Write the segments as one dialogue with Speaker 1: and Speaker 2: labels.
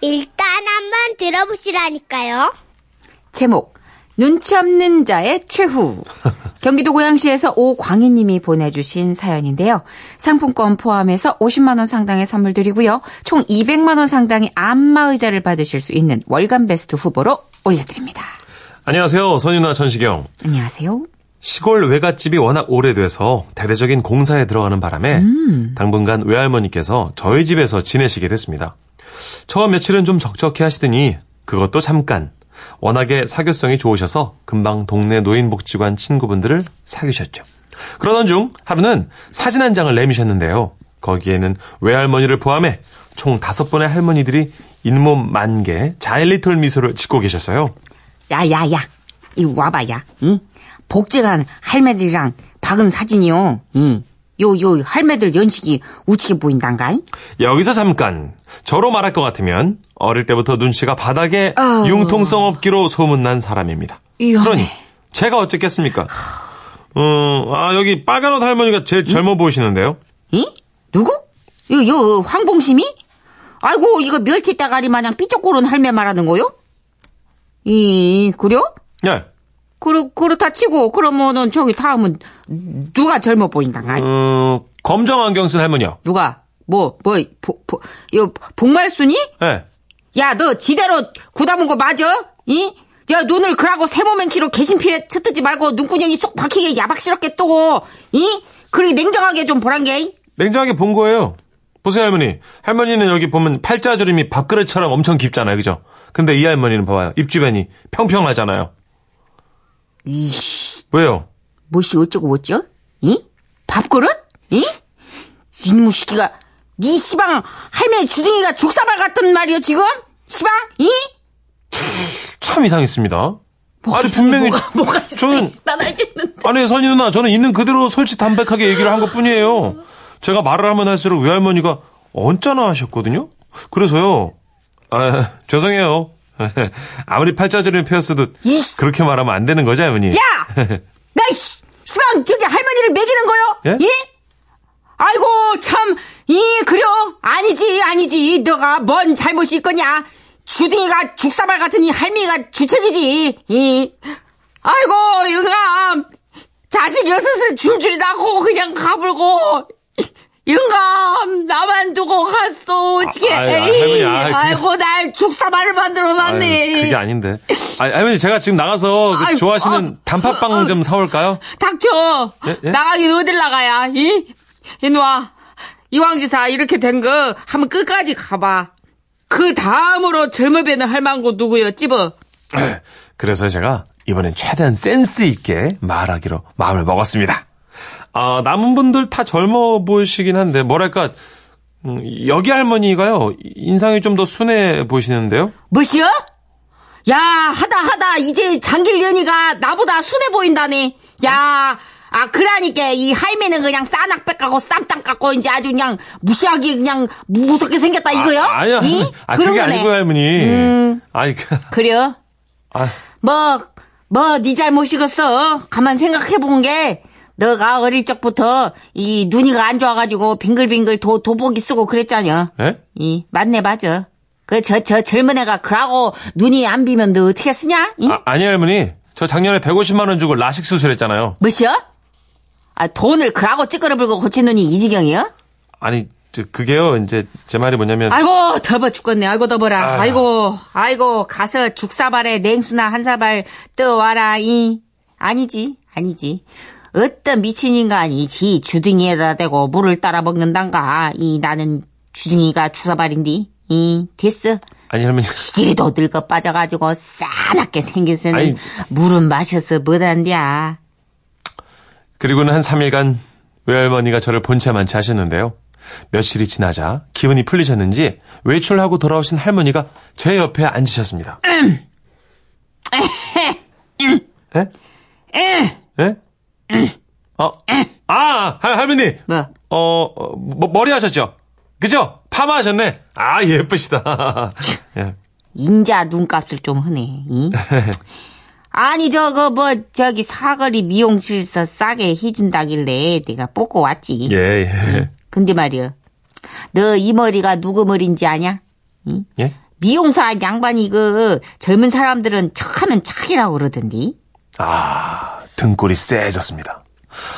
Speaker 1: 일단 한번 들어보시라니까요.
Speaker 2: 제목 눈치 없는 자의 최후 경기도 고양시에서 오광희님이 보내주신 사연인데요. 상품권 포함해서 50만 원 상당의 선물 드리고요. 총 200만 원 상당의 안마 의자를 받으실 수 있는 월간 베스트 후보로 올려드립니다.
Speaker 3: 안녕하세요. 선윤아 전시경.
Speaker 2: 안녕하세요.
Speaker 3: 시골 외갓집이 워낙 오래돼서 대대적인 공사에 들어가는 바람에 당분간 외할머니께서 저희 집에서 지내시게 됐습니다. 처음 며칠은 좀 적적해 하시더니 그것도 잠깐. 워낙에 사교성이 좋으셔서 금방 동네 노인복지관 친구분들을 사귀셨죠. 그러던 중 하루는 사진 한 장을 내미셨는데요. 거기에는 외할머니를 포함해 총 다섯 분의 할머니들이 잇몸 만개 자일리톨 미소를 짓고 계셨어요.
Speaker 2: 야야야 이 와봐야 이 복제한 할매들이랑 박은 사진이요. 이 요 요 할매들 연식이 우치게 보인단가? 이?
Speaker 3: 여기서 잠깐 저로 말할 것 같으면 어릴 때부터 눈치가 바닥에 융통성 없기로 소문난 사람입니다.
Speaker 2: 위험해.
Speaker 3: 그러니 제가 어쨌겠습니까? 어, 아 여기 빨간 옷 할머니가
Speaker 2: 음?
Speaker 3: 제일 젊어 보이시는데요.
Speaker 2: 이? 누구? 요, 요, 황봉심이? 아이고, 이거 멸치 따가리 마냥 삐쩍고른 할매 말하는 거요? 이, 그려?
Speaker 3: 예.
Speaker 2: 그렇, 그렇다 치고, 그러면은 저기 다음은 누가 젊어 보인단가?
Speaker 3: 어, 검정 안경 쓴 할머니요.
Speaker 2: 누가? 뭐, 뭐, 보, 보, 요, 복말순이?
Speaker 3: 예.
Speaker 2: 야, 너 지대로 구다문 거 맞아? 이? 야, 눈을 그라고 세모맨키로 개심필에 쳐뜨지 말고 눈구녕이 쏙 박히게 야박스럽게 뜨고, 이? 그리 냉정하게 좀 보란 게, 이?
Speaker 3: 냉정하게 본 거예요. 보세요 할머니. 할머니는 여기 보면 팔자주름이 밥그릇처럼 엄청 깊잖아요, 그죠? 근데 이 할머니는 봐봐요. 입 주변이 평평하잖아요.
Speaker 2: 이씨.
Speaker 3: 왜요?
Speaker 2: 뭐시 어쩌고 어쩌? 이? 밥그릇? 이? 이놈의 새끼가 네 시방 할매 주둥이가 죽사발 같단 말이야 지금? 시방? 이?
Speaker 3: 참 이상했습니다. 아니
Speaker 2: 이상해,
Speaker 3: 분명히
Speaker 2: 뭐가, 뭐가 이상해.
Speaker 3: 저는
Speaker 2: 난 알겠는데
Speaker 3: 아니 선희 누나 저는 있는 그대로 솔직 담백하게 얘기를 한 것뿐이에요. 제가 말을 하면 할수록 외할머니가 언짢아 하셨거든요. 그래서요. 아, 죄송해요. 아무리 팔자주름 펴었어도
Speaker 2: 이.
Speaker 3: 그렇게 말하면 안 되는 거죠, 할머니?
Speaker 2: 야! 나 씨, 시방 저기 할머니를 매기는 거요?
Speaker 3: 예?
Speaker 2: 이? 아이고 참 이 그려 아니지 아니지 너가 뭔 잘못이 있거냐 주둥이가 죽사발 같은 이 할미가 주책이지 이 아이고 영감 자식 여섯을 줄줄이 낳고 그냥 가불고 영감 나만 두고 갔어 어떻게
Speaker 3: 아유, 아유, 할머니, 아유, 그냥-
Speaker 2: 아이고 날 죽사발을 만들어
Speaker 3: 아유,
Speaker 2: 놨네
Speaker 3: 그게 아닌데. 아, 할머니 제가 지금 나가서 그
Speaker 2: 아유,
Speaker 3: 좋아하시는
Speaker 2: 아,
Speaker 3: 단팥빵
Speaker 2: 아,
Speaker 3: 좀 사올까요?
Speaker 2: 닥쳐!
Speaker 3: 예? 예?
Speaker 2: 나가긴 어딜 나가야, 이? 이놈아, 이왕지사 이렇게 된 거 한번 끝까지 가봐. 그 다음으로 젊어 배는 할망구 누구여, 찝어?
Speaker 3: 그래서 제가 이번엔 최대한 센스 있게 말하기로 마음을 먹었습니다. 아, 남은 분들 다 젊어 보이시긴 한데, 뭐랄까, 음, 여기 할머니가요, 인상이 좀 더 순해 보이시는데요?
Speaker 2: 뭐시여? 야, 하다 하다 이제 장길연이가 나보다 순해 보인다네. 야, 아 그러니까 이 할매는 그냥 싸낙백 갖고 쌈땅 갖고 이제 아주 그냥 무시하기 그냥 무섭게 생겼다 이거요?
Speaker 3: 아, 아니요.
Speaker 2: 이?
Speaker 3: 아,
Speaker 2: 그런
Speaker 3: 그게
Speaker 2: 거네. 음.
Speaker 3: 아니고요, 할머니. 아니, 그,
Speaker 2: 그래요?
Speaker 3: 아,
Speaker 2: 뭐, 뭐, 네 잘못이겠어. 가만 생각해 본 게, 너가 어릴 적부터 이 눈이가 안 좋아가지고 빙글빙글 도, 도복이 쓰고 그랬잖여.
Speaker 3: 예?
Speaker 2: 이, 맞네, 맞아. 그, 저, 저 젊은 애가 그러고 눈이 안 비면 너 어떻게 쓰냐? 이?
Speaker 3: 아, 아니, 할머니. 저 작년에 150만원 주고 라식 수술했잖아요.
Speaker 2: 뭐시여? 아, 돈을 그러고 찌끄러 불고 고친 눈이 이 지경이여?
Speaker 3: 아니, 저, 그게요, 이제, 제 말이 뭐냐면.
Speaker 2: 아이고, 더버 죽겠네. 아이고, 더버라.
Speaker 3: 아휴.
Speaker 2: 아이고, 아이고, 가서 죽사발에 냉수나 한 사발 떠와라, 이. 아니지, 아니지. 어떤 미친 인간이 지 주둥이에다 대고 물을 따라 먹는단가. 이, 나는 주둥이가 죽사발인디. 이, 됐어.
Speaker 3: 아니, 할머니.
Speaker 2: 지도 늙어 빠져가지고 싸납게
Speaker 3: 아이.
Speaker 2: 생겼으니 물은 마셔서 뭐란디야.
Speaker 3: 그리고는 한 3일간 외할머니가 저를 본체 만취 하셨는데요. 며칠이 지나자 기분이 풀리셨는지 외출하고 돌아오신 할머니가 제 옆에 앉으셨습니다. 에? 에? 어, 아, 할- 할머니.
Speaker 2: 뭐?
Speaker 3: 어, 어, 머- 머리 하셨죠? 그죠? 파마 하셨네. 아, 예쁘시다. 예.
Speaker 2: 인자 눈값을 좀 흔해. 이? 아니 저거 뭐 저기 사거리 미용실서 싸게 해준다길래 내가 뽑고 왔지.
Speaker 3: 예, 예.
Speaker 2: 근데 말이야, 너 이 머리가 누구 머리인지 아냐?
Speaker 3: 예?
Speaker 2: 미용사 양반이 그 젊은 사람들은 척하면 착이라고 그러던디.
Speaker 3: 아, 등골이 세졌습니다.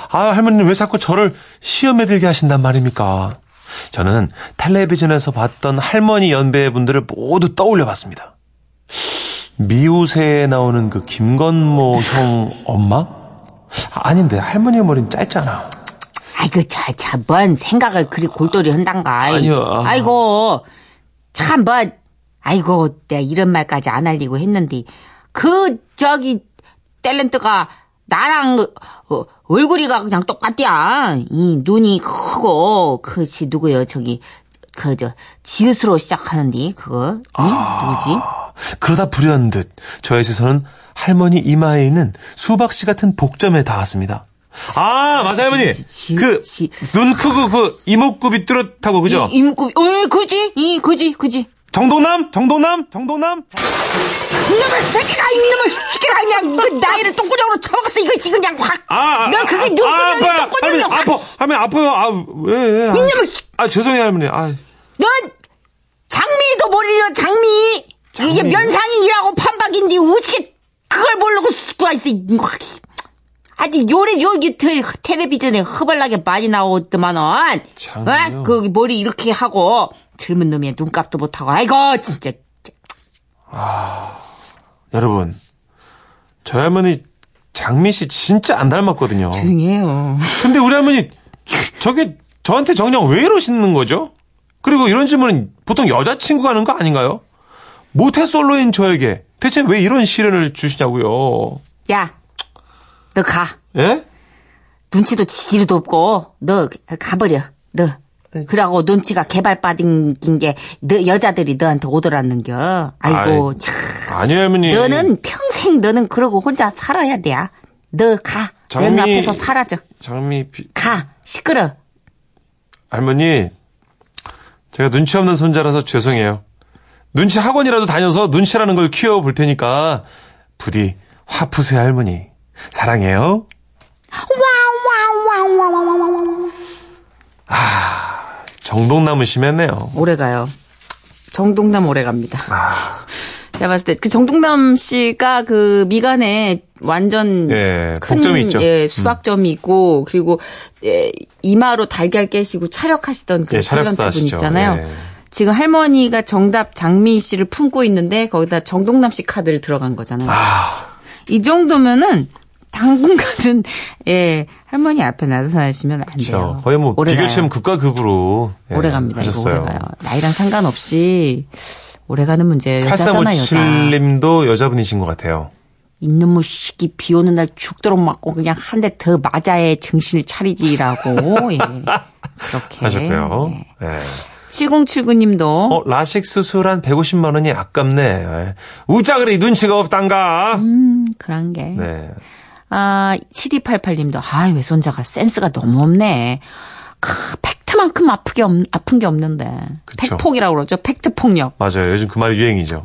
Speaker 3: 아, 할머니는 왜 자꾸 저를 시험에 들게 하신단 말입니까? 저는 텔레비전에서 봤던 할머니 연배분들을 모두 떠올려 봤습니다. 미우새에 나오는 그 김건모 형 엄마? 아, 아닌데, 할머니 머리는 짧잖아.
Speaker 2: 아이고 저 참 뭔 생각을 그리 골똘히 한단가.
Speaker 3: 아니요, 아.
Speaker 2: 아이고 참 뭔. 아이고 내가 이런 말까지 안 알리고 했는데 그 저기 탤런트가 나랑 어, 얼굴이가 그냥 똑같디야. 이 눈이 크고 그시 누구요 저기 그 저 지읒으로 시작하는데 그거 응? 누구지?
Speaker 3: 그러다 불현듯 저의 시선은 할머니 이마에 있는 수박씨 같은 복점에 닿았습니다. 아, 맞아, 할머니.
Speaker 2: 지-
Speaker 3: 그,
Speaker 2: 지-
Speaker 3: 눈 크고 그 이목구비 뚜렷하고, 그죠?
Speaker 2: 이, 이구어 그지? 이 그지 그지.
Speaker 3: 정동남? 정동남? 정동남?
Speaker 2: 이놈의 새끼가 이놈의 새끼가 그냥 이거 나이를 똥구녕으로 쳐먹었어 이거 지금 그냥 확.
Speaker 3: 아, 아,
Speaker 2: 넌 그게
Speaker 3: 아,
Speaker 2: 눈구녕이
Speaker 3: 아파요.
Speaker 2: 똥구녕이
Speaker 3: 할머니,
Speaker 2: 확.
Speaker 3: 아파. 할머니, 아파요. 아, 왜, 왜. 아,
Speaker 2: 이놈의 씨-
Speaker 3: 아, 죄송해요, 할머니. 아,
Speaker 2: 넌 장미도 모르려 장미. 이게 면상이라고 판박인데 우지게 그걸 모르고 수고가 있어. 이거 확. 아주 요래 여기 테- 텔레비전에 허벌나게 많이 나오더만은.
Speaker 3: 장미요?
Speaker 2: 어? 그 머리 이렇게 하고 젊은 놈이 눈값도 못하고 아이고 진짜.
Speaker 3: 여러분. 저희 할머니 장미 씨 진짜 안 닮았거든요.
Speaker 2: 조용해요.
Speaker 3: 근데 우리 할머니, 저게 저한테 정녕 왜 이러시는 거죠? 그리고 이런 질문은 보통 여자친구가 하는 거 아닌가요? 모태솔로인 저에게 대체 왜 이런 시련을 주시냐고요.
Speaker 2: 야, 너 가.
Speaker 3: 예?
Speaker 2: 눈치도 지지리도 없고 너 가버려 너 그러고 눈치가 개발받은 게너 여자들이 너한테 오더라는겨 아이고
Speaker 3: 아이,
Speaker 2: 참
Speaker 3: 아니요, 할머니.
Speaker 2: 너는 평생 너는 그러고 혼자 살아야 돼야 너가 내
Speaker 3: 장미-
Speaker 2: 눈앞에서 사라져
Speaker 3: 장미 비-
Speaker 2: 가 시끄러
Speaker 3: 할머니, 제가 눈치 없는 손자라서 죄송해요. 눈치 학원이라도 다녀서 눈치라는 걸 키워볼 테니까 부디 화 푸세요, 할머니. 사랑해요. 아, 정동남은 심했네요.
Speaker 4: 오래가요. 정동남 오래갑니다.
Speaker 3: 아.
Speaker 4: 제가 봤을 때 그 정동남 씨가 그 미간에 완전
Speaker 3: 예,
Speaker 4: 큰
Speaker 3: 복점이 있죠. 음.
Speaker 4: 예, 수박점이 있고 그리고 예, 이마로 달걀 깨시고 차력하시던 그
Speaker 3: 예,
Speaker 4: 탤런트
Speaker 3: 차력사
Speaker 4: 분
Speaker 3: 하시죠.
Speaker 4: 있잖아요.
Speaker 3: 예.
Speaker 4: 지금 할머니가 정답 장미 씨를 품고 있는데 거기다 정동남 씨 카드를 들어간 거잖아요. 이 정도면은 당분간은 예 할머니 앞에 나타나시면 안 돼요.
Speaker 3: 그렇죠. 거의 뭐
Speaker 4: 오래가요.
Speaker 3: 비교체면 극과 극으로 예,
Speaker 4: 오래 갑니다. 이거
Speaker 3: 하셨어요.
Speaker 4: 오래 가요. 나이랑 상관없이 오래 가는 문제예요. 여자잖아, 뭐 여자.
Speaker 3: 8357님도 여자분이신 것 같아요.
Speaker 2: 이놈의 시기 비 오는 날 죽도록 맞고 그냥 한 대 더 맞아야 정신을 차리지라고 예.
Speaker 4: 네.
Speaker 2: 그렇게
Speaker 3: 하셨고요. 예.
Speaker 4: 7079님도
Speaker 3: 어, 라식 수술한 150만 원이 아깝네. 예. 우짜 그리 눈치가 없단가.
Speaker 4: 음 그런 게.
Speaker 3: 네.
Speaker 4: 아 7288님도 아 외손자가 센스가 너무 없네. 크, 팩트만큼 아프게 없, 아픈 게 없는데.
Speaker 3: 그쵸.
Speaker 4: 팩폭이라고 그러죠. 팩트 폭력.
Speaker 3: 맞아요. 요즘 그 말이 유행이죠.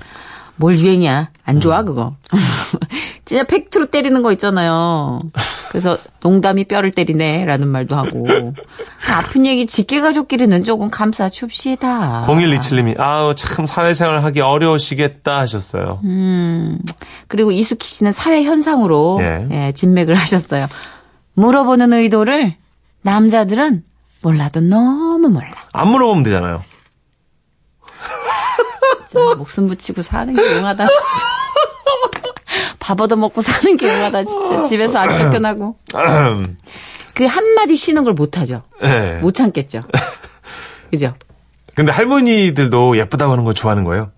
Speaker 4: 뭘 유행이야. 안
Speaker 3: 음.
Speaker 4: 좋아 그거. 진짜 팩트로 때리는 거 있잖아요. 그래서 농담이 뼈를 때리네라는 말도 하고 아픈 얘기 직계 가족끼리는 조금 감싸 줍시다.
Speaker 3: 0127님이 아. 아우 참 사회생활 하기 어려우시겠다 하셨어요.
Speaker 4: 음. 그리고 이수키 씨는 사회 현상으로
Speaker 3: 예.
Speaker 4: 예, 진맥을 하셨어요. 물어보는 의도를 남자들은 몰라도 너무 몰라.
Speaker 3: 안 물어보면 되잖아요. 어.
Speaker 4: 진짜 목숨 붙이고 사는 게 용하다. 진짜. 밥 얻어 먹고 사는 게 용하다 진짜 집에서 안 쫓겨나고 그 한마디 쉬는 걸 못하죠.
Speaker 3: 예.
Speaker 4: 못 참겠죠. 그죠?
Speaker 3: 근데 할머니들도 예쁘다고 하는 거 좋아하는 거예요?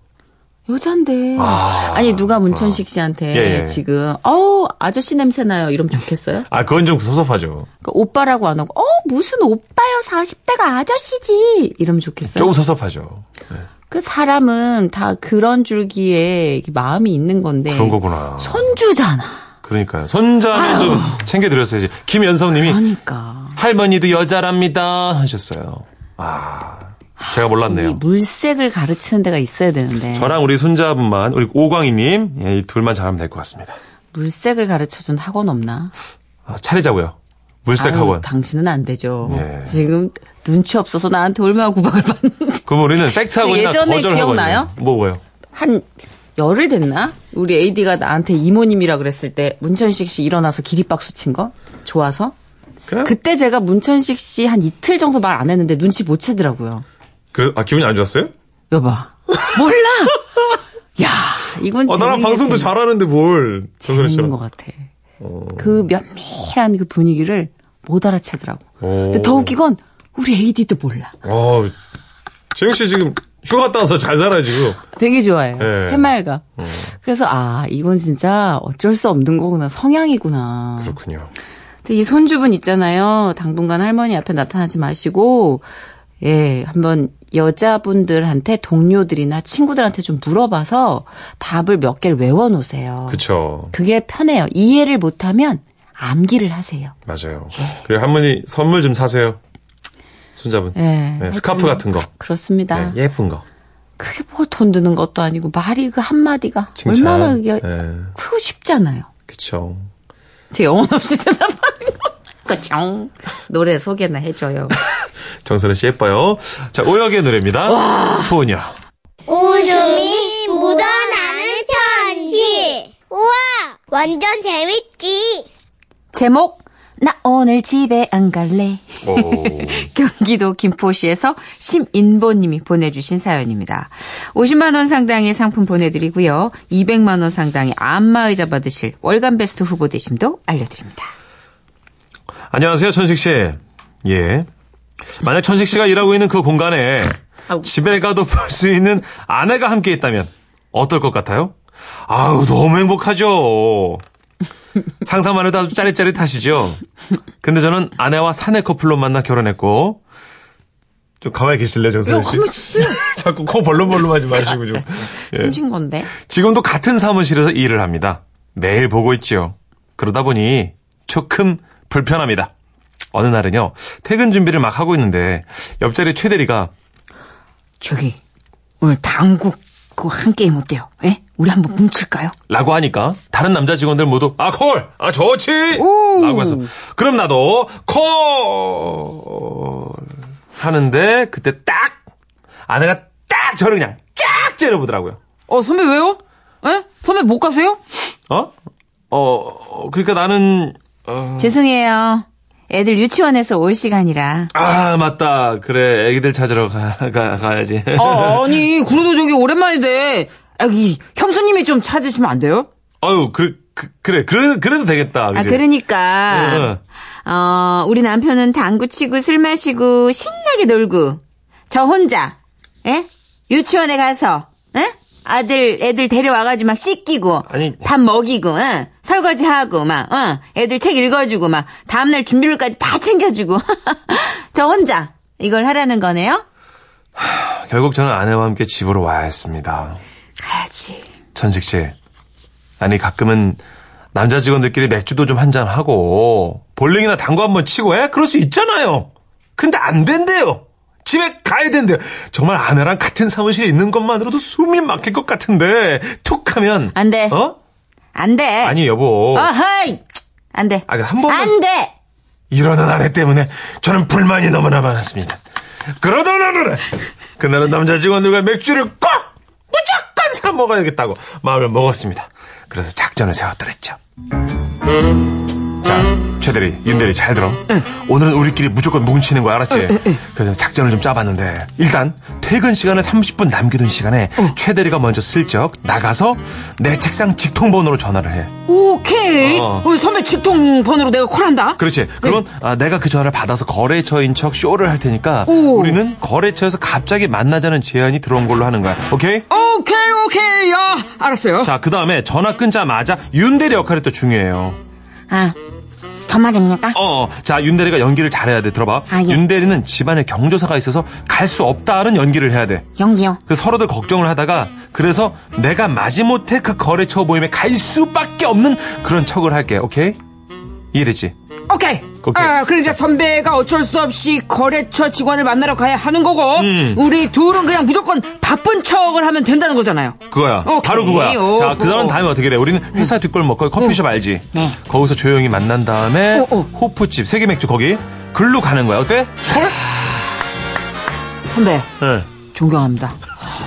Speaker 4: 여잔데.
Speaker 3: 아.
Speaker 4: 아, 니 누가 문천식 씨한테
Speaker 3: 예, 예.
Speaker 4: 지금, 어우, 아저씨 냄새 나요. 이러면 좋겠어요?
Speaker 3: 아, 그건 좀 섭섭하죠.
Speaker 4: 그러니까 오빠라고 안 하고, 어, 무슨 오빠요. 40대가 아저씨지. 이러면 좋겠어요?
Speaker 3: 조금 섭섭하죠. 네,
Speaker 4: 그 사람은 다 그런 줄기에 이렇게 마음이 있는 건데.
Speaker 3: 그런 거구나.
Speaker 4: 네. 손주잖아.
Speaker 3: 그러니까요. 손자는 좀 챙겨드렸어야지. 김연성님이
Speaker 4: 그러니까.
Speaker 3: 할머니도 여자랍니다 하셨어요. 아, 제가
Speaker 4: 이
Speaker 3: 몰랐네요.
Speaker 4: 물색을 가르치는 데가 있어야 되는데.
Speaker 3: 저랑 우리 손자분만 우리 오광희님 예, 이 둘만 잘하면 될 것 같습니다.
Speaker 4: 물색을 가르쳐준 학원 없나?
Speaker 3: 아, 차리자고요. 물색
Speaker 4: 아유,
Speaker 3: 학원.
Speaker 4: 당신은 안 되죠.
Speaker 3: 예.
Speaker 4: 지금 눈치 없어서 나한테 얼마나 구박을 받는데.
Speaker 3: 그럼 우리는 팩트 학원이나
Speaker 4: 예전에
Speaker 3: 거절 학원이요.
Speaker 4: 기억나요?
Speaker 3: 뭐 뭐요?
Speaker 2: 한 열흘 됐나? 우리 AD가 나한테 이모님이라 그랬을 때 문천식 씨 일어나서 기립박수 친 거? 좋아서?
Speaker 3: 그래?
Speaker 2: 그때 제가 문천식 씨 한 이틀 정도 말 안 했는데 눈치 못 채더라고요.
Speaker 3: 그, 아, 기분이 안 좋았어요?
Speaker 2: 여봐. 몰라! 야, 이건
Speaker 3: 아, 나랑
Speaker 2: 재능이
Speaker 3: 방송도
Speaker 2: 재능-
Speaker 3: 잘하는데 뭘. 저
Speaker 2: 재밌는 것
Speaker 3: 그랬죠. 어.
Speaker 2: 같아. 그 면밀한 그 분위기를 못 알아채더라고.
Speaker 3: 오.
Speaker 2: 근데 더 웃긴 건 우리 AD도 몰라.
Speaker 3: 어, 재영 씨 지금 휴가 갔다 와서 잘 살아요, 지금.
Speaker 2: 되게 좋아해요.
Speaker 3: 예.
Speaker 2: 해맑아. 그래서 아 이건 진짜 어쩔 수 없는 거구나. 성향이구나.
Speaker 3: 그렇군요.
Speaker 2: 근데 이 손주분 있잖아요. 당분간 할머니 앞에 나타나지 마시고 예 한번 여자분들한테 동료들이나 친구들한테 좀 물어봐서 답을 몇 개를 외워놓으세요.
Speaker 3: 그쵸.
Speaker 2: 그게 편해요. 이해를 못하면 암기를 하세요.
Speaker 3: 맞아요. 그리고 할머니 선물 좀 사세요. 손자분.
Speaker 2: 예.
Speaker 3: 네, 스카프 같은 거.
Speaker 2: 그렇습니다.
Speaker 3: 네, 예쁜 거.
Speaker 2: 크게 뭐 돈 드는 것도 아니고 말이 그 한마디가
Speaker 3: 칭찬.
Speaker 2: 얼마나 그게
Speaker 3: 네,
Speaker 2: 크고 쉽잖아요.
Speaker 3: 그쵸.
Speaker 2: 제 영혼 없이 대답하는 거. 그정 노래 소개나 해줘요.
Speaker 3: 정선혜 씨 예뻐요. 자, 오혁의 노래입니다. 소녀.
Speaker 1: 웃음이 묻어나는 편지. 우와, 완전 재밌지.
Speaker 2: 제목 나 오늘 집에 안 갈래.
Speaker 3: 오.
Speaker 2: 경기도 김포시에서 심인보님이 보내주신 사연입니다. 50만 원 상당의 상품 보내드리고요. 200만 원 상당의 안마의자 받으실 월간 베스트 후보 되심도 알려드립니다.
Speaker 3: 안녕하세요, 천식 씨. 예. 만약 천식 씨가 일하고 있는 그 공간에
Speaker 2: 아우.
Speaker 3: 집에 가도 볼 수 있는 아내가 함께 있다면 어떨 것 같아요? 아우, 너무 행복하죠. 상상만 해도 아주 짜릿짜릿하시죠? 근데 저는 아내와 사내 커플로 만나 결혼했고, 좀 가만히 계실래요,
Speaker 2: 네,
Speaker 3: 정선
Speaker 2: 어,
Speaker 3: 씨? 자꾸 코 벌렁벌렁 하지 마시고 좀. 예.
Speaker 2: 숨진 건데.
Speaker 3: 지금도 같은 사무실에서 일을 합니다. 매일 보고 있지요. 그러다 보니 조금 불편합니다. 어느 날은요, 퇴근 준비를 막 하고 있는데, 옆자리 최 대리가,
Speaker 2: 저기 오늘 당국 그거 한 게임 어때요? 예? 우리 한번 뭉칠까요?
Speaker 3: 라고 하니까, 다른 남자 직원들 모두, 아, 콜! 아, 좋지!
Speaker 2: 오!
Speaker 3: 라고 해서, 그럼 나도, 콜! 하는데, 그때 딱! 아내가 딱 저를 그냥 쫙 째려보더라고요.
Speaker 2: 어 선배 왜요? 예? 선배 못 가세요?
Speaker 3: 어? 어, 그러니까 나는, 어,
Speaker 2: 음. 죄송해요. 애들 유치원에서 올 시간이라.
Speaker 3: 아, 맞다. 그래, 애기들 찾으러 가, 가, 가야지.
Speaker 2: 아, 아니, 그래도 저기 오랜만인데. 아, 이 형수님이 좀 찾으시면 안 돼요?
Speaker 3: 아유, 그, 그, 그래, 그래, 그래도 되겠다.
Speaker 2: 아,
Speaker 3: 그지? 네,
Speaker 2: 그러니까. 어, 우리 남편은 당구 치고 술 마시고 신나게 놀고. 저 혼자. 예? 유치원에 가서. 예? 아들, 애들 데려와가지고 막 씻기고.
Speaker 3: 아니.
Speaker 2: 밥 먹이고, 응. 설거지하고, 막, 응. 애들 책 읽어주고, 막. 다음날 준비물까지 다 챙겨주고. 저 혼자. 이걸 하라는 거네요?
Speaker 3: 결국 저는 아내와 함께 집으로 와야 했습니다.
Speaker 2: 가야지.
Speaker 3: 천식 씨. 아니, 가끔은 남자 직원들끼리 맥주도 좀 한잔하고, 볼링이나 당구 한번 치고, 해? 그럴 수 있잖아요. 근데 안 된대요. 집에 가야 된대요. 정말 아내랑 같은 사무실에 있는 것만으로도 숨이 막힐 것 같은데, 툭 하면.
Speaker 2: 안 돼.
Speaker 3: 어?
Speaker 2: 안 돼.
Speaker 3: 아니, 여보.
Speaker 2: 어허이! 안 돼.
Speaker 3: 아, 그한 번만-
Speaker 2: 안 돼!
Speaker 3: 이러는 아내 때문에 저는 불만이 너무나 많았습니다. 그러던 어느 날 그날은 남자 직원들과 맥주를 꼭 무조건 사 먹어야겠다고 마음을 먹었습니다. 그래서 작전을 세웠더랬죠. 자, 최대리, 윤대리 잘 들어. 오늘은 우리끼리 무조건 뭉치는 거 알았지? 그래서 작전을 좀 짜봤는데 일단 퇴근 시간을 30분 남겨둔 시간에 최대리가 먼저 슬쩍 나가서 내 책상 직통번호로 전화를 해.
Speaker 2: 오케이.
Speaker 3: 어.
Speaker 2: 우리 선배 직통 번호로 내가 콜한다. 네.
Speaker 3: 그렇지. 그건 아, 내가 그 전화를 받아서 거래처인 척 쇼를 할 테니까
Speaker 2: 오.
Speaker 3: 우리는 거래처에서 갑자기 만나자는 제안이 들어온 걸로 하는 거야. 오케이?
Speaker 2: 오케이, 오케이. 야, 알았어요.
Speaker 3: 자, 그 다음에 전화 끊자마자 윤대리 역할이 또 중요해요.
Speaker 5: 아, 저 말입니까?
Speaker 3: 어, 어. 자, 윤대리가 연기를 잘해야 돼. 들어봐.
Speaker 5: 아, 예.
Speaker 3: 윤대리는 집안에 경조사가 있어서 갈 수 없다는 연기를 해야 돼.
Speaker 5: 연기요.
Speaker 3: 그 서로들 걱정을 하다가 그래서 내가 마지못해 그 거래처 모임에 갈 수밖에 없는 그런 척을 할게. 오케이? 이해됐지?
Speaker 6: 오케이.
Speaker 3: 오케이.
Speaker 6: 아, 그러니까 선배가 어쩔 수 없이 거래처 직원을 만나러 가야 하는 거고,
Speaker 3: 음.
Speaker 6: 우리 둘은 그냥 무조건 바쁜 척을 하면 된다는 거잖아요.
Speaker 3: 그거야.
Speaker 6: 오케이. 음.
Speaker 3: 바로 그거야.
Speaker 6: 오,
Speaker 3: 자, 그 다음
Speaker 6: 오.
Speaker 3: 다음에 어떻게 돼? 우리는 회사 뒷골목 거기 커피숍 알지?
Speaker 5: 네.
Speaker 3: 거기서 조용히 만난 다음에
Speaker 6: 오, 오.
Speaker 3: 호프집 세계 맥주 거기 글로 가는 거야. 어때?
Speaker 6: 선배,
Speaker 3: 콜? 네.
Speaker 6: 존경합니다.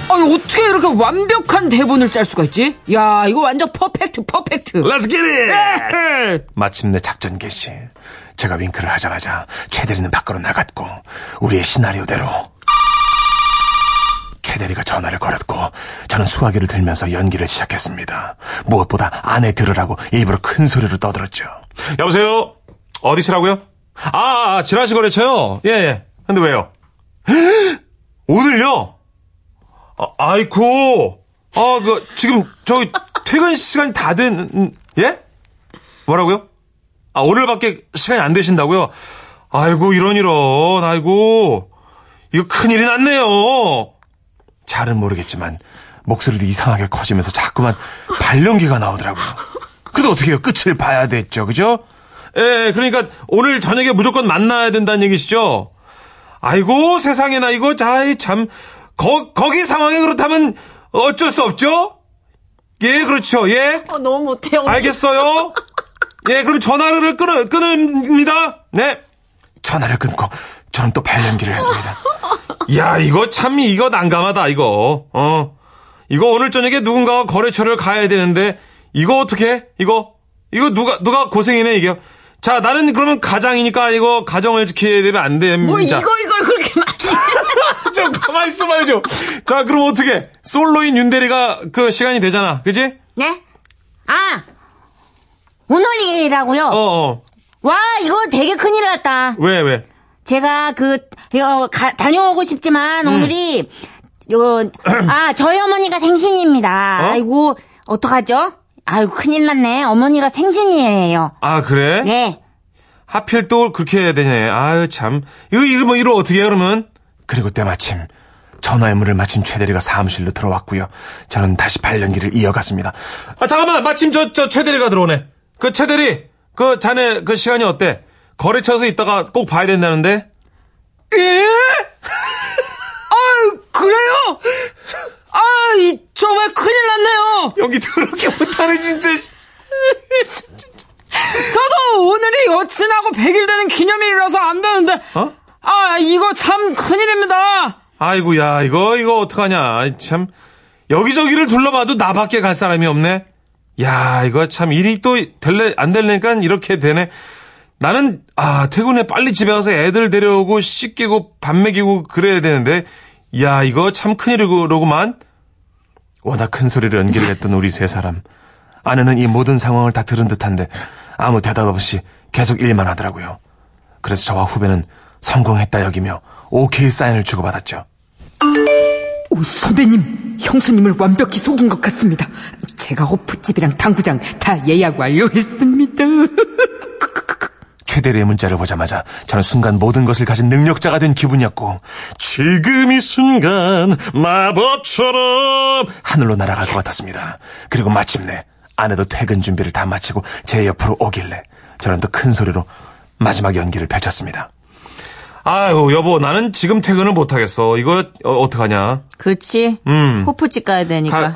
Speaker 6: 아니, 어떻게
Speaker 2: 어떻게 이렇게 완벽한 대본을 짤 수가 있지? 야, 이거 완전 퍼펙트, 퍼펙트.
Speaker 3: Let's get
Speaker 6: 네.
Speaker 3: it! 마침내 작전 개시. 제가 윙크를 하자마자 최대리는 밖으로 나갔고 우리의 시나리오대로 최대리가 전화를 걸었고 저는 수화기를 들면서 연기를 시작했습니다. 무엇보다 아내 들으라고 일부러 큰 소리로 떠들었죠. 여보세요? 어디시라고요? 아, 아 지라시 거래처요? 예, 예. 근데 왜요? 오늘요? 아, 아이쿠. 아, 그, 지금, 저기, 퇴근 시간이 다 된, 음, 예? 뭐라고요? 아, 오늘밖에 시간이 안 되신다고요? 아이고, 이런, 이런, 아이고. 이거 큰일이 났네요. 잘은 모르겠지만, 목소리도 이상하게 커지면서 자꾸만 발령기가 나오더라고요. 근데 어떻게 해요? 끝을 봐야 됐죠, 그죠? 예, 그러니까 오늘 저녁에 무조건 만나야 된다는 얘기시죠? 아이고, 세상에나, 이거, 자이, 참. 거, 거기 상황이 그렇다면 어쩔 수 없죠? 예, 그렇죠, 예.
Speaker 4: 어, 너무 못해요.
Speaker 6: 뭐
Speaker 3: 알겠어요? 예, 그럼 전화를 끊어, 끊습니다. 네. 전화를 끊고, 저는 또 발연기를 했습니다. 야, 이거 참, 이거 난감하다, 이거. 어. 이거 오늘 저녁에 누군가가 거래처를 가야 되는데, 이거 어떻게 해? 이거, 이거 누가, 누가 고생이네, 이게. 자, 나는 그러면 가장이니까, 이거, 가정을 지켜야 되면 안 됩니다.
Speaker 4: 뭘 이거 이걸 그렇게 많이.
Speaker 3: 좀 가만히 있어봐요, 좀. 자, 그럼 어떻게? 솔로인 윤대리가 그 시간이 되잖아. 그지?
Speaker 7: 네? 아! 오늘이라고요?
Speaker 3: 어, 어.
Speaker 7: 와, 이거 되게 큰일 났다.
Speaker 3: 왜, 왜?
Speaker 7: 제가 그, 어, 가- 다녀오고 싶지만,
Speaker 3: 음.
Speaker 7: 오늘이, 요, 아, 저희 어머니가 생신입니다.
Speaker 3: 어?
Speaker 7: 아이고, 어떡하죠? 아유, 큰일 났네. 어머니가 생신이에요.
Speaker 3: 아, 그래?
Speaker 7: 네.
Speaker 3: 하필 또 그렇게 해야 되네. 아유, 참. 이거, 이거 뭐, 이러 어떻게 해, 그러면? 그리고 때마침, 전화의 문을 마친 최대리가 사무실로 들어왔고요. 저는 다시 발연기를 이어갔습니다. 아, 잠깐만! 마침 저, 저 최대리가 들어오네. 그 최대리! 그 자네 그 시간이 어때? 거래처에서 있다가 꼭 봐야 된다는데?
Speaker 2: 예? 아유, 그래요? 아, 이, 정말 큰일 났네요.
Speaker 3: 연기 더럽게 못하네, 진짜.
Speaker 2: 저도 오늘이 여친하고 100일 되는 기념일이라서 안 되는데.
Speaker 3: 어?
Speaker 2: 아, 이거 참 큰일입니다.
Speaker 3: 아이고, 야, 이거, 이거 어떡하냐. 아이, 참. 여기저기를 둘러봐도 나밖에 갈 사람이 없네. 야, 이거 참 일이 또 될래, 안 될래니까 이렇게 되네. 나는, 아, 퇴근에 빨리 집에 가서 애들 데려오고 씻기고 밥 먹이고 그래야 되는데, 야, 이거 참 큰일이로구만. 워낙 큰 소리로 연기를 했던 우리 세 사람. 아내는 이 모든 상황을 다 들은 듯한데 아무 대답 없이 계속 일만 하더라고요. 그래서 저와 후배는 성공했다 여기며 오케이 사인을 주고받았죠.
Speaker 2: 오, 선배님, 형수님을 완벽히 속인 것 같습니다. 제가 호프집이랑 당구장 다 예약 완료했습니다.
Speaker 3: 최대리의 문자를 보자마자 저는 순간 모든 것을 가진 능력자가 된 기분이었고 지금 이 순간 마법처럼 하늘로 날아갈 것 같았습니다. 그리고 마침내 아내도 퇴근 준비를 다 마치고 제 옆으로 오길래 저는 또 큰 소리로 마지막 연기를 펼쳤습니다. 아유 여보 나는 지금 퇴근을 못하겠어. 이거 어, 어떡하냐.
Speaker 4: 그렇지.
Speaker 3: 음.
Speaker 4: 호프집 가야
Speaker 3: 가-
Speaker 4: 되니까.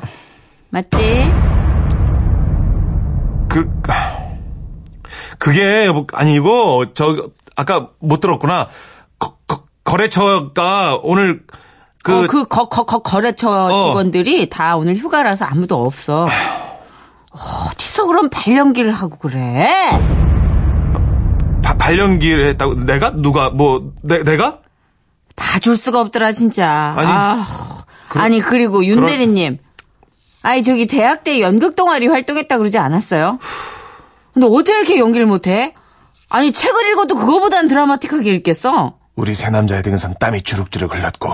Speaker 4: 맞지?
Speaker 3: 그 그게 뭐- 아니 이거 저 아까 못 들었구나 거, 래처가 오늘
Speaker 4: 그,
Speaker 3: 그
Speaker 4: 어, 그 거, 거, 거, 거래처
Speaker 3: 어.
Speaker 4: 직원들이 다 오늘 휴가라서 아무도 없어. 어디서 그런 발연기를 하고 그래?
Speaker 3: 바- 발령기를 했다고 내가 누가 뭐 내, 내가
Speaker 4: 봐줄 수가 없더라, 진짜.
Speaker 3: 아니,
Speaker 4: 아, 아니 그리고 윤
Speaker 3: 그런-
Speaker 4: 대리님. 아니, 저기 대학 때 연극 동아리 활동했다 그러지 않았어요? 근데 어떻게 이렇게 연기를 못해? 아니, 책을 읽어도 그거보단 드라마틱하게 읽겠어?
Speaker 3: 우리 세 남자의 등에선 땀이 주룩주룩 흘렀고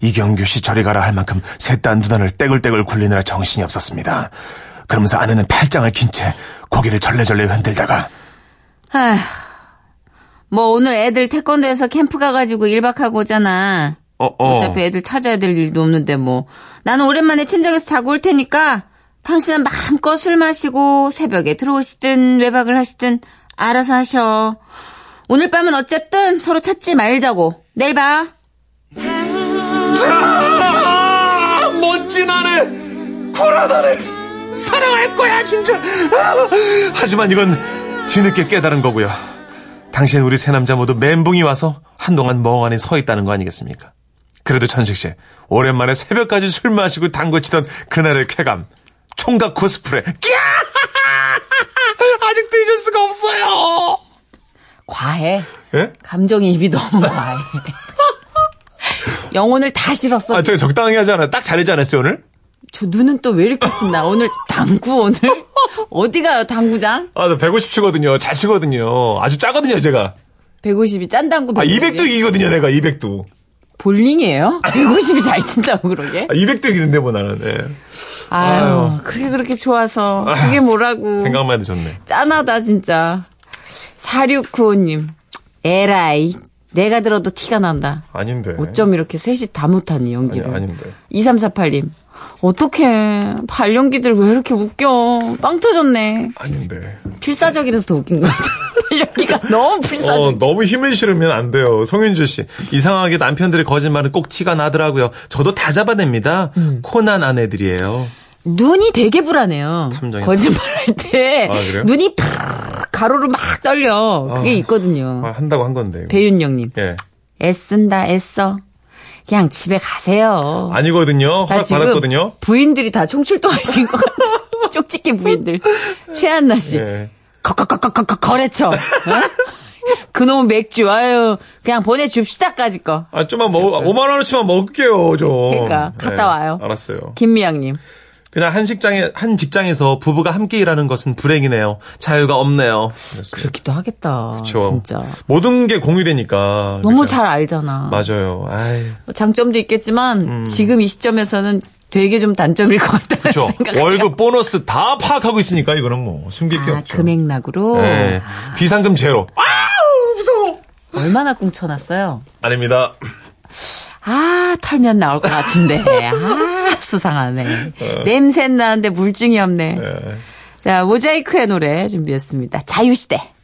Speaker 3: 이경규 씨 저리 가라 할 만큼 셋단 두단을 떼굴떼굴 굴리느라 정신이 없었습니다. 그러면서 아내는 팔짱을 낀 채 고개를 절레절레 흔들다가
Speaker 4: 아휴, 뭐 오늘 애들 태권도에서 캠프 가가지고 1박하고 오잖아.
Speaker 3: 어, 어.
Speaker 4: 차피 애들 찾아야 될 일도 없는데 뭐. 나는 오랜만에 친정에서 자고 올 테니까 당신은 마음껏 술 마시고 새벽에 들어오시든 외박을 하시든 알아서 하셔. 오늘 밤은 어쨌든 서로 찾지 말자고. 내일 봐.
Speaker 3: 아, 멋진 아내, 쿨한 아내, 사랑할 거야 진짜. 아, 하지만 이건 뒤늦게 깨달은 거고요. 당신 우리 세 남자 모두 멘붕이 와서 한동안 멍하니 서 있다는 거 아니겠습니까? 그래도 천식 씨 오랜만에 새벽까지 술 마시고 당구치던 그날의 쾌감 총각 코스프레 끼야! 아직도 잊을 수가 없어요.
Speaker 2: 과해.
Speaker 3: 예?
Speaker 2: 감정이입이 너무 과해. 영혼을 다 실었어.
Speaker 3: 아, 저 적당히 하지 않아요. 딱 잘하지 않았어요 오늘?
Speaker 2: 저 눈은 또 왜 이렇게 신나? 오늘 당구 오늘 어디가요 당구장?
Speaker 3: 아, 저 150치거든요. 잘 치거든요. 아주 짜거든요, 제가.
Speaker 2: 150이 짠당구.
Speaker 3: 아,
Speaker 2: 150
Speaker 3: 200도
Speaker 2: 이
Speaker 3: 이기거든요, 내가 200도.
Speaker 2: 볼링이에요? 150이 잘 친다고 그러게?
Speaker 3: 아, 200도 이기는데 뭐 나는. 예.
Speaker 2: 아유, 그게 그렇게 좋아서 그게 뭐라고?
Speaker 3: 생각만 해도 좋네.
Speaker 2: 짠하다 진짜. 4695님 에라이 내가 들어도 티가 난다.
Speaker 3: 아닌데. 예,
Speaker 2: 어쩜 이렇게 셋이 다 못하니 연기를.
Speaker 3: 네. 아니, 아닌데.
Speaker 2: 2348님. 어떡해. 발연기들 왜 이렇게 웃겨. 빵 터졌네.
Speaker 3: 아닌데.
Speaker 2: 필사적이라서 더 웃긴 것 같아. 발연기가 너무 필사적.
Speaker 3: 어, 너무 힘을 실으면 안 돼요. 송윤주 씨. 이상하게 남편들의 거짓말은 꼭 티가 나더라고요. 저도 다 잡아냅니다.
Speaker 2: 음.
Speaker 3: 코난 아내들이에요.
Speaker 2: 눈이 되게 불안해요.
Speaker 3: 탐정이-
Speaker 2: 거짓말할 때.
Speaker 3: 아, 그래요?
Speaker 2: 눈이 팍 가로로 막 떨려. 그게 있거든요.
Speaker 3: 아, 한다고 한 건데. 이거.
Speaker 2: 음. 배윤영님.
Speaker 3: 예.
Speaker 2: 애쓴다, 애써. 그냥 집에 가세요.
Speaker 3: 아니거든요.
Speaker 2: 나
Speaker 3: 허락
Speaker 2: 지금
Speaker 3: 받았거든요.
Speaker 2: 부인들이 다 총출동 하신 것 같아. 쪽집게 부인들. 최한나 씨.
Speaker 3: 예.
Speaker 2: 거거거거거 거래처. 어? 그놈 맥주 아유 그냥 보내줍시다까지 거.
Speaker 3: 아, 좀만 먹, 5만원어치만 먹을게요, 좀.
Speaker 2: 그러니까, 갔다
Speaker 3: 예,
Speaker 2: 와요.
Speaker 3: 알았어요.
Speaker 2: 김미양님
Speaker 3: 그냥 한 직장에 한 직장에서 부부가 함께 일하는 것은 불행이네요. 자유가 없네요. 그렇습니다.
Speaker 2: 그렇기도 하겠다.
Speaker 3: 그쵸.
Speaker 2: 진짜
Speaker 3: 모든 게 공유되니까
Speaker 2: 너무
Speaker 3: 그죠?
Speaker 2: 잘 알잖아.
Speaker 3: 맞아요. 아이,
Speaker 2: 뭐 장점도 있겠지만 지금 이 시점에서는 되게 좀 단점일 것 같다는
Speaker 3: 음. 그렇죠.
Speaker 2: 생각.
Speaker 3: 월급 보너스 다 파악하고 있으니까 이거는 뭐 숨길 게
Speaker 2: 아
Speaker 3: 없죠.
Speaker 2: 금액락으로
Speaker 3: 예. 비상금 제로. 아우 무서워.
Speaker 2: 얼마나 꿍쳐놨어요?
Speaker 3: 아닙니다.
Speaker 2: 아 털면 나올 것 같은데 아 수상하네. 냄새 나는데 물증이 없네.
Speaker 3: 예.
Speaker 2: 자 모자이크의 노래 준비했습니다. 자유시대.